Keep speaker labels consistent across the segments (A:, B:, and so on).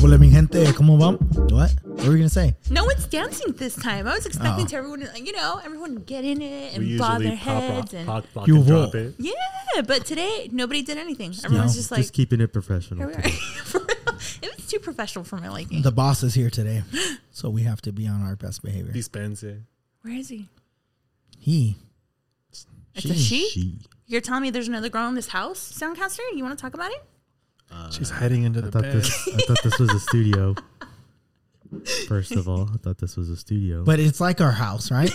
A: Hola, mi gente. ¿Cómo vamos? What? What were you gonna say?
B: No one's dancing this time. I was expecting
C: Uh-huh.
B: to everyone, to, you know, everyone get in it and bob their heads and
D: pop, pop
A: You
D: and
A: will.
D: drop it.
B: yeah. But today nobody did anything. Everyone's just like,
C: Just keeping it professional.
B: here we are. For real. it was too professional for my liking.
A: The boss is here today, so we have to be on our best behavior.
D: Dispense it.
B: Where is he?
A: He.
B: It's a she. You're telling me there's another girl in this house, Soundcaster? You want to talk about it?
D: She's hiding under
C: I
D: the
C: thought
D: bed.
C: this. I thought this was a studio. First of all, I thought this was a studio.
A: But it's like our house, right?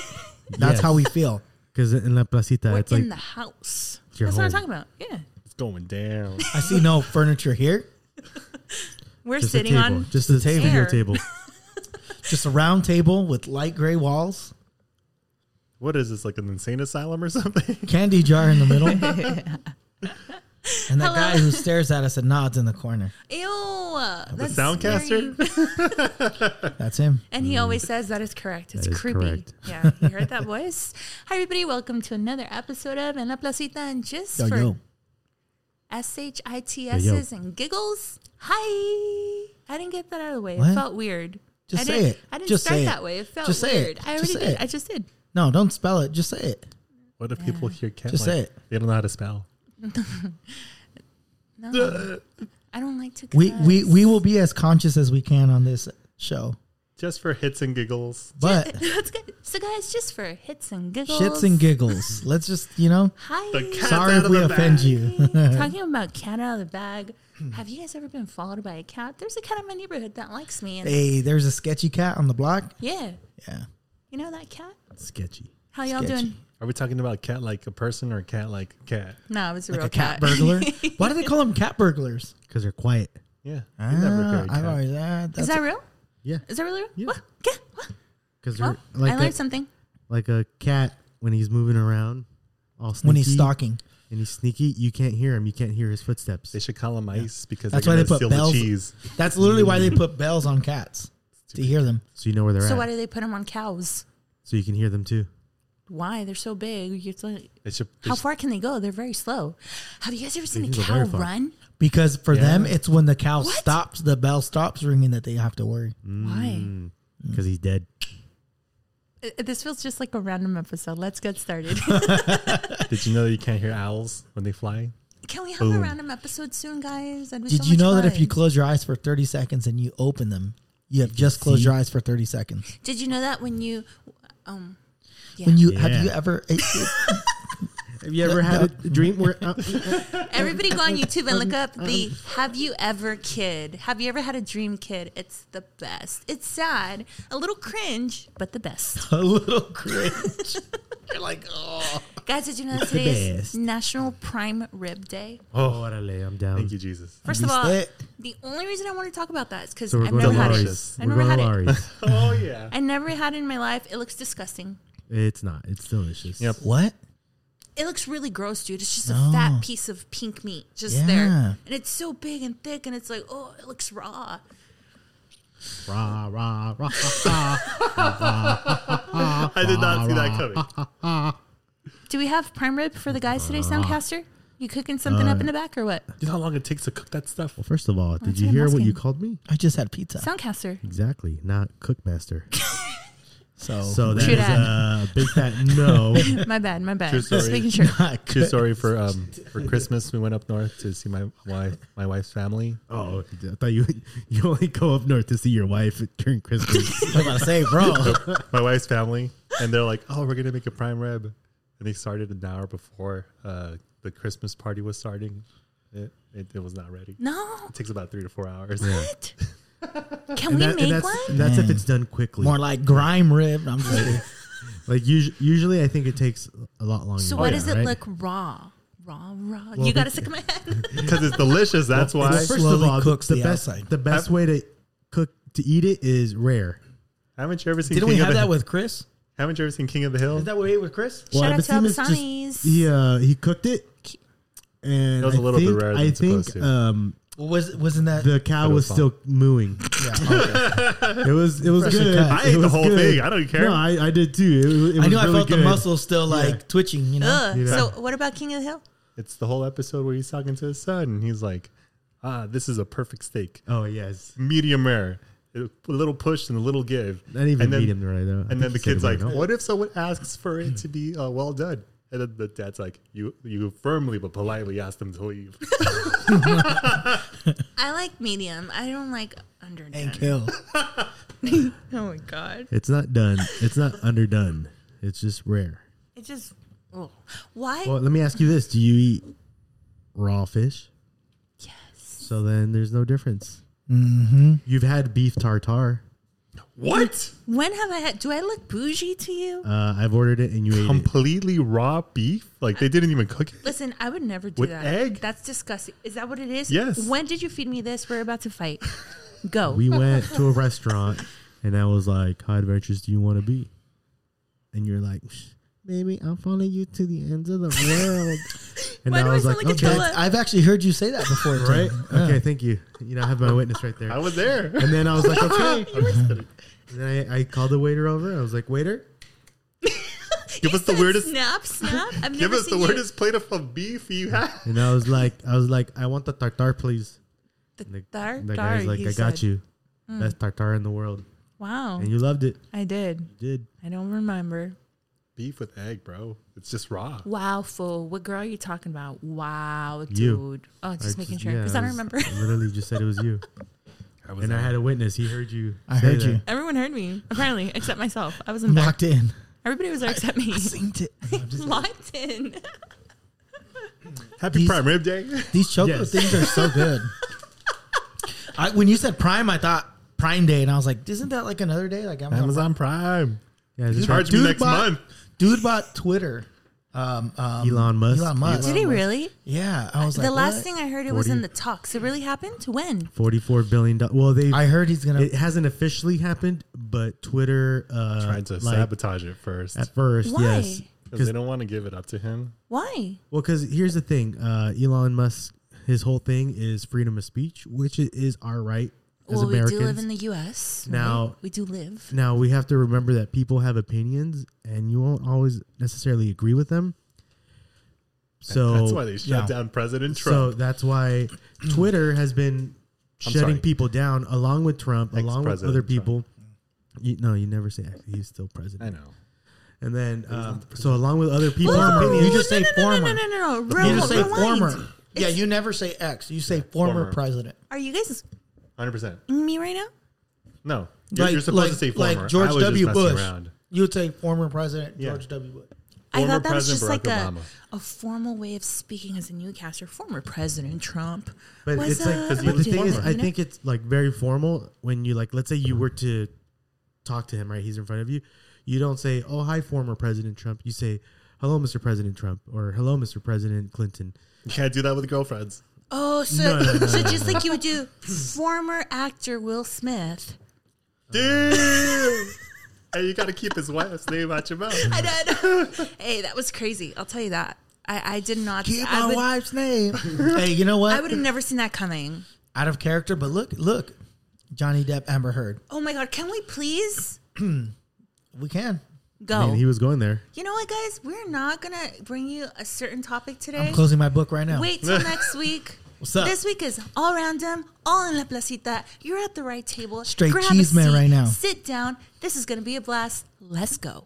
A: That's how we feel.
C: because in La Placita,
B: We're
C: it's
B: in
C: like
B: the house. That's
C: your
B: what I'm
C: home.
B: talking about. Yeah.
D: It's going down.
A: I see no furniture here.
B: We're
C: just
B: sitting
C: a table,
B: on
C: just a studio
B: Air.
C: table.
A: Just a round table with light gray walls,
D: What is this, like an insane asylum or something?
A: candy jar in the middle, and that
B: Hello.
A: guy who stares at us and nods in the corner.
B: ew. that's
D: soundcaster?
B: scary.
A: That's him.
B: And he
A: Mm.
B: always says that is correct. It's
C: That is
B: creepy.
C: correct.
B: Yeah, you heard that voice? Hi, everybody. Welcome to another episode of En La Placita and just
A: Yo,
B: for
A: yo.
B: SHITS's and giggles. Hi. I didn't get that out of the way.
A: What?
B: It felt weird.
A: Just
B: I
A: say
B: didn't,
A: it.
B: I didn't
A: Just
B: start
A: say it.
B: that way. It felt
A: Just say it.
B: weird. I
A: Just
B: already
A: say
B: did.
A: it.
B: I just did.
A: No, don't spell it. Just say it.
D: What if people here can't
A: Just
D: like,
A: say it.
D: They don't know how to spell.
B: No. I don't like to.
A: We we
B: cuss.
A: we will be as conscious as we can on this show,
D: Just for hits and giggles.
A: but
B: That's good. So, guys, just for hits and giggles.
A: shits and giggles. Let's just you know.
B: Hi.
D: The cat's
A: Sorry
D: out
A: if
D: of
A: we
D: the
A: offend
D: bag.
A: you.
B: Talking about cat out of the bag, have you guys ever been followed by a cat? There's a cat in my neighborhood that likes me, and
A: hey, there's a sketchy cat on the block.
B: yeah,
A: Yeah,
B: you know that cat.
C: Sketchy.
B: How y'all
A: Sketchy.
B: doing?
D: Are we talking about cat like a person or cat like a cat?
B: No, it was a
A: like
B: real
A: a cat burglar. Why do they call them cat burglars?
C: Because they're quiet.
D: Yeah. we never
A: Ah,
D: carry
A: I've
D: cat.
A: always ah,
B: Is
A: that's
B: that real?
C: Yeah.
B: Is that really real?
C: Yeah.
B: What? Cat? What?
C: Because
B: Well,
C: they're like
B: Oh, I
C: a,
B: learned something.
C: like a cat when he's moving around, all sneaky,
A: when he's stalking.
C: and he's sneaky. You can't hear him. You can't hear his footsteps.
D: They should call him ice because
A: That's why
D: they're
A: they
D: gonna
A: put
D: steal
A: bells.
D: the cheese.
A: That's literally why they put bells on cats to hear them.
C: So you know where they're
B: So
C: at.
B: why do they put them on cows?
C: so you can hear them too.
B: Why they're so big? It's like,
D: They should. they
B: how
D: should-
B: far can they go? They're very slow. Have you guys ever seen a
C: can go
B: cow
C: very far.
B: run?
A: Because for them,
D: Yeah.
A: it's when the cow
B: What?
A: stops, the bell stops ringing that they have to worry.
D: Mm.
B: Why?
A: Hmm.
C: Because he's dead.
B: Uh, This feels just like a random episode. Let's get started.
D: Did you know you can't hear owls when they fly?
B: Can we have a random episode soon, guys? That'd be
A: Oh. Did
B: so
A: you
B: much
A: know that if you
B: fun.
A: close your eyes for 30 seconds and you open them, you have just closed your eyes for 30 seconds?
B: Did you know that when you, um, yeah.
A: When you have
C: Yeah.
A: you ever it- it-
C: Have you ever had a dream where? Uh,
B: everybody go on YouTube and look up the "Have you ever kid? Have you ever had a dream kid?" It's the best. It's sad, a little cringe, but the best.
A: a little cringe?
B: Guys, did you know that
C: It's the
B: today is
C: best.
B: National Prime Rib Day?
C: oh, orale, I'm down.
D: Thank you, Jesus.
B: First of
A: Beast
B: all,
A: it.
B: the only reason I want to talk about that is because
C: So we're
B: I've
C: going to
B: never had
C: Laurie's.
B: it. I've
C: We're
B: never had
C: going to
B: it.
D: Oh
C: Laurie's.
D: yeah.
B: I never had it in my life. It looks disgusting.
C: It's not. It's delicious.
D: Yep.
A: What?
B: It looks really gross, dude. It's just
A: No.
B: a fat piece of pink meat just
A: Yeah.
B: there. And it's so big and thick, and it's like, oh, it looks raw.
C: Rah, rah, rah, rah,
D: I did not see that coming.
B: Do we have prime rib for the guys today, Soundcaster? You cooking something up in the back or what?
D: You know how long it takes to cook that stuff?
C: Well, first of all, did
B: That's
C: you
B: what I'm
C: hear what you
B: asking.
C: called me?
A: I just had pizza.
B: Soundcaster.
C: Exactly. Not cookmaster.
A: So,
C: So that
B: True
C: is
B: dat.
C: a big fat no.
B: My bad, my bad.
D: True
B: Just
D: story.
B: making sure.
D: True story for um for Christmas we went up north to see my wife my wife's family.
C: Oh, I thought you you only go up north to see your wife during Christmas.
A: I'm about to say, bro.
D: My wife's family and they're like, "Oh, we're going to make a prime rib." And they started an hour before uh the Christmas party was starting. It it, it was not ready.
B: No.
D: It takes about 3 to 4 hours.
B: What? Can
C: And
B: we
C: that- and
B: make
C: that's,
B: one?
C: and that's if
A: Man.
C: it's done quickly.
A: Mm. More like grime rib. I'm just kidding.
C: Like usually, usually I think it takes a lot longer.
B: So
C: than
B: why
C: that,
B: does it
C: oh, right?
B: look raw? Raw, raw.
C: Well,
B: you got a
C: we-
B: sick of my head.
D: Because it's delicious, that's
C: Well,
D: why.
A: It's- slowly cooks the
C: best
A: outside.
C: the best way to cook to eat it is rare.
D: Haven't you ever seen
A: Didn't
D: King
A: we
D: of
A: have
D: the
A: that with Chris?
D: Haven't you ever seen King of the Hill?
A: Is that what we ate with Chris?
B: Shout out
C: but
B: to
C: Tim is
B: Albasanis.
C: he uh, he cooked it, and
D: It was a
C: I
D: little bit
C: think-
D: rarer
C: I
D: than
C: think
D: supposed to.
C: um,
A: Well, was wasn't that
C: the cow
D: But it
C: was
D: was fun.
C: still mooing. It was it was
A: Freshly
C: good.
A: cut.
D: I
C: It
D: ate the
C: was
D: whole
C: good.
D: thing. I don't care.
C: No, I, I did too. It, it
A: I
C: was
A: knew I
C: really
A: felt the
C: good.
A: muscle still like twitching, you know.
B: Ugh.
C: Yeah.
B: So what about King of the Hill?
D: It's the whole episode where he's talking to his son, and he's like, ah, this is a perfect steak,
C: Oh yes,
D: medium rare, a little push and a little give.
C: not even
D: and then,
C: meet him right though. I
D: And
C: think
D: then the
C: he said
D: kid's like,
C: medium rare.
D: "What if someone asks for it to be uh, well done?" And then the dad's like, "You you firmly but politely asked them to leave."
B: I like medium. I don't like underdone.
A: and kill.
B: Oh my god.
C: It's not done. It's not underdone. It's just rare.
B: It just oh. Why?
C: Well, let me ask you this: Do you eat raw fish?
B: yes.
C: So then there's no difference. Mm-hmm. You've had beef tartare.
D: what?
B: When have I had do I look bougie to you?
C: Uh, I've ordered it and you ate it.
D: Completely raw beef? Like they didn't even cook it?
B: Listen, I would never do
D: With
B: that.
D: egg?
B: That's disgusting. Is that what it is?
D: Yes.
B: When did you feed me this? We're about to fight. Go.
C: We went to a restaurant and I was like, "How adventurous do you want to be?" And you're like, "Maybe I'll follow you to the ends of the world." And
B: Why
C: I
B: do I
C: was
B: sound
C: like,
B: like a
C: "Okay,
B: Dilla?
A: I've actually heard you say that before, too.
C: right? Okay, thank you. You know, I have my witness right there."
D: I was there.
C: And then I was like, "Okay." And then I, I called the waiter over. and I was like, "Waiter,
D: Give us the
B: Said
D: weirdest.
B: snap, snap. I've never
D: Give us the
B: seen you-
D: weirdest plate of, of beef you have.
C: And I was like, I was like, I want the tartar, please.
B: The
C: And the,
B: tar-
C: and the
B: tar,
C: guy's like,
B: he
C: I got
B: said. Mm.
C: you, best tartar in the world,
B: Wow.
C: and you loved it.
B: I did.
C: You did.
B: I don't remember.
D: Beef with egg, bro. It's just raw.
B: Wow, fool. What girl are you talking about? Wow, dude.
C: You.
B: Oh, just
C: I
B: making sure.
C: yeah,
B: Because I don't
C: was-
B: remember.
C: I literally just said it was you,
D: I was
C: and I had a witness. He heard you.
A: I
C: say
A: heard
C: that.
A: you.
B: Everyone heard me, apparently, except myself. I was in
A: I'm
B: back.
A: locked in.
B: Everybody was there except me.
A: Synced it. I'm just-
B: Locked in.
D: Happy
A: These-
D: Prime Rib Day.
A: These chocolate
C: Yes.
A: things are so good. I, when you said Prime, I thought Prime Day, and I was like, isn't that like another day? Like Amazon. Prime?
D: Amazon Prime.
C: Yeah, just
D: Charge me
A: Dude
D: next
A: bought-
D: month.
A: Dude bought Twitter. Um, um,
C: Elon Musk.
A: Elon Musk.
B: Did he really?
A: Yeah, I was like,
B: the last
A: what?
B: thing I heard, it was
C: 40.
B: in the talks. It really happened? When?
C: forty-four billion dollars. Well, they.
A: I heard he's gonna.
C: it hasn't officially happened, but Twitter uh,
D: Trying to
C: like,
D: sabotage it first.
C: at first.
B: Why?
C: Yes,
D: Because they don't want to give it up to him.
B: Why?
C: Well, because here's the thing, uh, Elon Musk, his whole thing is freedom of speech, which i- is our right as
B: well,
C: Americans.
B: we do live in the U.S. right?
C: Now-
B: we do live.
C: now we have to remember that people have opinions, and you won't always necessarily agree with them. So
D: That's why they shut
A: yeah.
D: down President
C: Oh, so
D: Trump.
C: that's why Twitter has been
D: I'm
C: shutting
D: sorry.
C: people down, along with Trump, along with
D: Ex-President
C: other
D: Trump.
C: people. You, no, you never say he's still
D: I
C: president.
D: know.
C: And then, um, so along with other people's
A: Former.
C: opinions,
A: You just say former.
B: No, no, no, no, no.
A: you
B: Real-
A: just say
B: rewind.
A: former. Yeah, you never say ex. You say former,
D: former.
A: president.
B: Are you guys
D: 100%.
B: me right now?
D: No. You're, you're supposed to say former.
A: like George
D: I was just
A: W.
D: messing
A: Bush.
D: around.
A: You would say former president
D: Yeah.
A: George W. Bush.
B: I
D: Former
B: thought that was
D: President
B: just like
D: Barack
B: a, a formal way of speaking as a newcaster. Former President Trump.
C: But
B: was uh,
C: it's like,
B: up?
D: 'cause he
C: but the
D: was
B: Did-
C: thing is,
B: you
C: I
B: know?
C: think it's like very formal when you like, let's say you were to talk to him, right? He's in front of you. You don't say, "Oh, hi, former President Trump." You say, "Hello, Mr. President Trump," or "Hello, Mr. President Clinton."
D: You can't do that with girlfriends.
B: Oh, so,
C: No, no, no,
B: so just like you would do former actor Will Smith.
D: Dude! and you got to keep his wife's name out your mouth.
B: I did. hey, that was crazy. I'll tell you that. I, I did not.
A: Keep
B: I
A: my
B: would,
A: wife's name. hey, you know
B: I
A: what?
B: would have never seen that coming.
A: Out of character, but look, look, Johnny Depp, Amber Heard.
B: Oh my God. Can we please
A: We can.
B: go?
C: I mean, he was going there.
B: you know what, guys? We're not going to bring you a certain topic today.
A: I'm closing my book right now.
B: Wait till next week.
A: What's up?
B: This week is all random, all in La Placita. You're at the right table.
A: Straight
B: Grab a
A: cheese man
B: seat,
A: right now.
B: Sit down. This is going to be a blast. Let's go.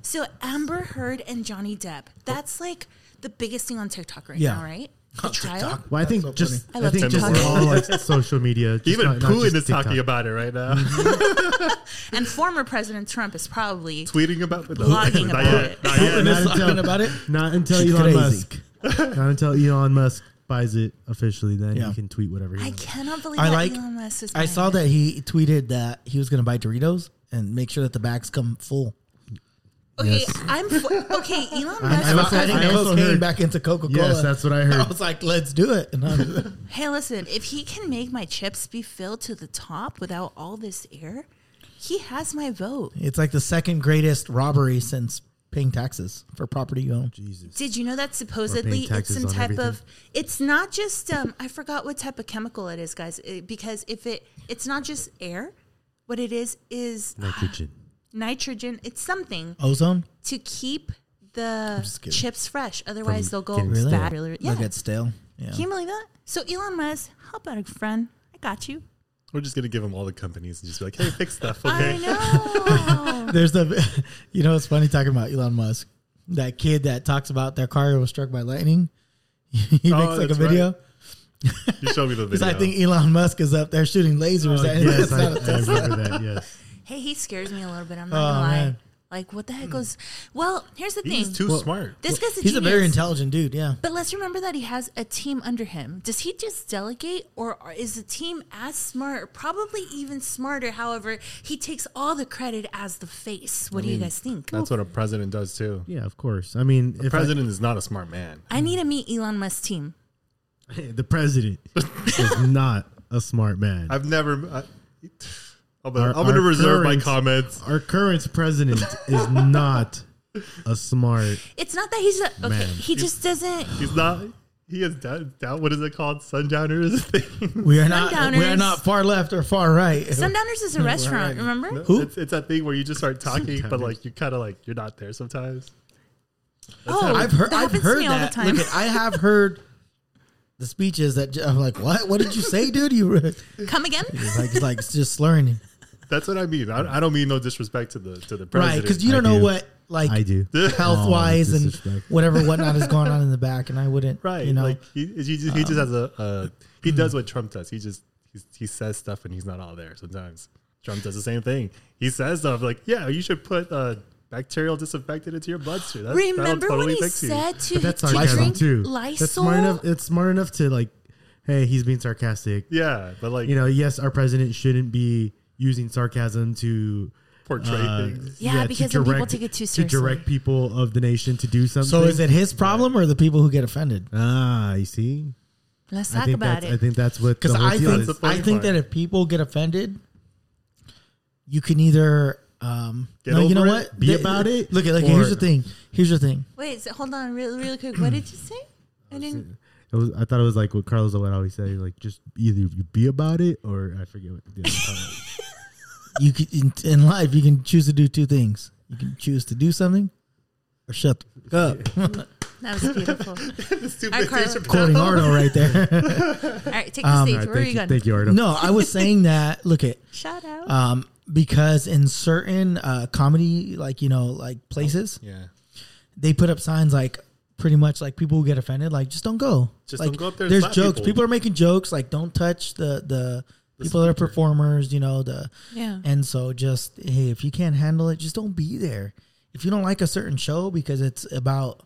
B: So, Amber Heard and Johnny Depp. That's like the biggest thing on TikTok right
A: Yeah.
B: now, right? The trial.
A: TikTok.
C: Well, I
A: That's
C: think
A: so
C: just,
A: funny.
B: I
C: I,
B: love
C: think just
B: TikTok.
C: all like social media, just
D: Even
C: not- not
D: Putin
C: just
D: is talking
C: TikTok.
D: about it right now.
B: And former President Trump is probably.
D: Tweeting about it.
B: Blogging
D: Not
B: about
D: yet.
B: it.
D: Not yet.
A: Putin is
C: Not until-
A: talking about it.
C: Not until
A: She's
C: Elon
A: crazy.
C: Musk. not until Elon Musk buys it officially, then
A: Yeah.
C: he can tweet whatever he
B: I
C: wants.
B: cannot believe
A: I
B: that
A: like-
B: Elon Musk is.
A: I
B: behind
A: saw
B: this.
A: that he tweeted that he was going to buy Doritos and make sure that the bags come full.
B: Okay,
C: Yes.
B: I'm for, okay. Elon Musk.
A: And I,
C: also-
A: I think
C: I also
A: cocaine
C: heard-
A: back into Coca Cola.
C: Yes, that's what I heard.
A: I was like, let's do it. And I'm,
B: Hey, listen, if he can make my chips be filled to the top without all this air, he has my vote.
A: it's like the second greatest robbery since paying taxes for property you own.
C: Jesus.
B: Did you know that supposedly it's
C: taxes
B: some
C: on
B: type of
C: everything.
B: it's not just um I forgot what type of chemical it is, guys, it- because if it it's not just air, what it is is
C: Nitrogen.
B: nitrogen, it's something
A: Ozone?
B: to keep the
A: just kidding.
B: chips fresh. Otherwise, they'll go
D: getting
A: stale.
B: bad. Really? Yeah.
A: Look at stale. Yeah.
B: Can you believe that? So Elon Musk, how about a friend? I got you.
D: We're just gonna give them all the companies and just be like, hey, fix stuff, okay?
B: I know.
A: There's the, you know, it's funny talking about Elon Musk. That kid that talks about their car was struck by lightning. he
D: Oh,
A: makes like a
D: that's
A: video.
D: right. You show me the
A: Because
D: video. Oh,
A: I think Elon Musk is up there shooting lasers. at
C: yes, I,
A: at-
C: I remember that. Yes.
B: hey, he scares me a little bit. I'm
A: Oh,
B: not gonna lie.
A: man.
B: Like, what the heck goes? Well, here's the
D: he's
B: thing.
D: too smart.
B: this guy's a
A: He's a very
B: genius.
A: intelligent dude. Yeah.
B: But let's remember that he has a team under him. Does he just delegate, or are- is the team as smart, or probably even smarter? However, he takes all the credit as the face. What do you guys think?
D: That's what a president does too.
C: Yeah, of course. I mean,
D: The
C: if I-
D: president is not a smart man.
B: I need to meet Elon Musk's team.
C: the president is not a smart man.
D: I've never. I, I'm gonna,
C: Our-
D: I'm gonna
C: our
D: reserve my
C: current-
D: comments.
C: Our current president is not a smart.
B: It's not that he's a, okay.
C: Man.
B: He just doesn't.
D: He's not. He is down. down what is it called? Sundowners thing.
A: We are not. We are
B: Sundowners.
A: not far left or far right.
B: Sundowners is a restaurant. Remember?
A: Who?
D: It's, it's that thing where you just start talking, but
C: Sundowners.
D: like you kind of like you're not there sometimes.
B: Oh,
A: I've heard.
B: That
A: I've
B: happens
A: heard
B: to me all the
A: that.
B: time.
A: Look at- I have heard the speeches that j- I'm like, what? What did you say, dude? You were-
B: Come again?
A: it's like, it's like it's just slurring.
D: That's what I mean. I, I don't mean no disrespect to the to the president.
A: Right? Because you don't
C: I
A: know
C: do.
A: what like
C: I do.
A: health wise
C: Oh,
A: and
C: disrespect.
A: whatever whatnot is going on in the back, and I wouldn't.
D: right.
A: You know.
D: like he, he just, he just has a uh, he does what Trump does. He just he, he says stuff and he's not all there sometimes. Trump does the same thing. He says stuff like, "Yeah, you should put uh, bacterial disinfectant into your bloodstream." That's, that'll
B: Remember
D: totally
B: when he
D: fix you."
B: said to,
C: But that's
B: to
C: sarcasm
B: drink
C: too.
B: Lysol?
C: That's smart enough. It's smart enough to like, hey, he's being sarcastic.
D: Yeah, but like
C: You know, yes, our president shouldn't be using sarcasm to
D: portray
C: uh,
D: things.
B: Yeah,
C: to
B: because then people take it too
C: To
B: seriously.
C: direct people of the nation to do something.
A: so is it his problem or the people who get offended?
C: Ah, you see.
B: Let's
C: I
B: talk
C: think
B: about
C: that's, I
B: it.
C: think that's what
A: Because
C: the whole
A: I
C: deal
A: think
C: is.
D: the
A: I
D: funny
A: think
D: part.
A: that if people get offended, you can either um,
D: Get
A: no, you know
D: over it,
A: what,
C: be
A: They-
C: about it,
A: Look at like
C: or-
A: here's the thing. Here's the thing.
B: Wait, so hold on, really, really quick. What did you say? I didn't.
C: It was, I thought it was like what Carlos would always say, like just either you be about it or I forget what the other part was.
A: You can, in, in life you can choose to do two things. You can choose to do something or shut the fuck up.
B: That was beautiful.
D: It's too
B: All right,
D: big
B: Carla.
D: to-
A: Quoting Ardo right there.
B: All right, take the stage.
C: All
B: Where are
C: right, thank
B: you
C: you,
B: going?
C: thank you, Ardo.
A: no, I was saying that. Look at
B: Shout out.
A: um, because in certain uh, comedy like you know like places
D: Yeah.
A: they put up signs like pretty much like people who get offended like just don't go
D: Just
A: Like,
D: don't go up there and
A: there's
D: slap
A: jokes
D: people.
A: people. are making jokes like don't touch the the, people that are performers you know the
B: Yeah.
A: and so just hey if you can't handle it just don't be there if you don't like a certain show because it's about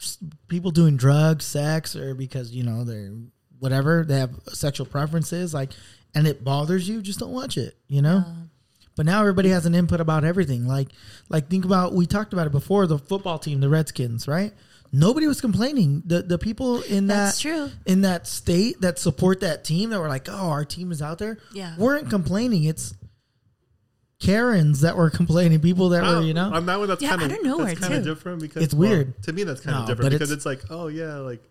A: s- people doing drugs sex or because you know they're whatever they have sexual preferences like and it bothers you just don't watch it you know but now everybody has an input about everything. Like, like think about we talked about it before the football team, the Redskins, right? Nobody was complaining. The the people in
B: That's
A: that
B: true.
A: in that state that support that team that were like, oh, our team is out there,
B: Yeah.
A: weren't complaining. It's Karens that were complaining, people that were
D: Oh,
A: you know,
D: on that one, that's
B: Yeah,
D: kind
B: I
D: of
B: don't know
D: that's
B: where,
D: kind of
B: too.
D: different because
A: It's
D: well,
A: weird.
D: to me. That's kind of
A: No, but
D: different because
A: it's-
D: it's, like, oh yeah, like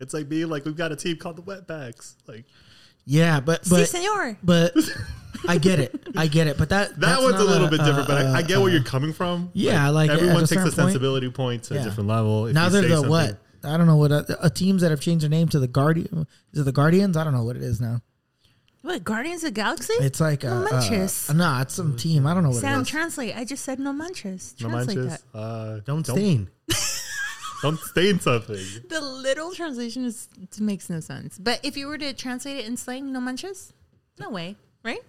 D: it's like being like we've got a team called the Wetbacks. Like
A: yeah, but
B: Si,
A: but
B: senor.
A: but I get it, I get it. But that
D: that
A: that's
D: one's
A: not
D: a little bit different, but I, I get
A: uh,
D: where you're coming from.
A: yeah, like, at
D: everyone
A: a
D: takes a
A: certain point-
D: sensibility point to
A: Yeah.
D: a different level. If
A: now
D: you
A: they're
D: say
A: the
D: something-
A: what? I don't know what uh, uh, teams that have changed their name to the Guardian. Is it the Guardians? I don't know what it is now.
B: What, Guardians of the Galaxy?
A: It's like a,
B: No manches.
A: uh, nah, it's some team. I don't know what
B: Sam,
A: it is.
B: translate. I just said no mantras.
D: No
B: Translate
D: manches. Uh,
C: don't stain.
D: Don't stain something.
B: that. The literal translation is makes no sense. But if you were to translate it in slang, no manches? No way, right?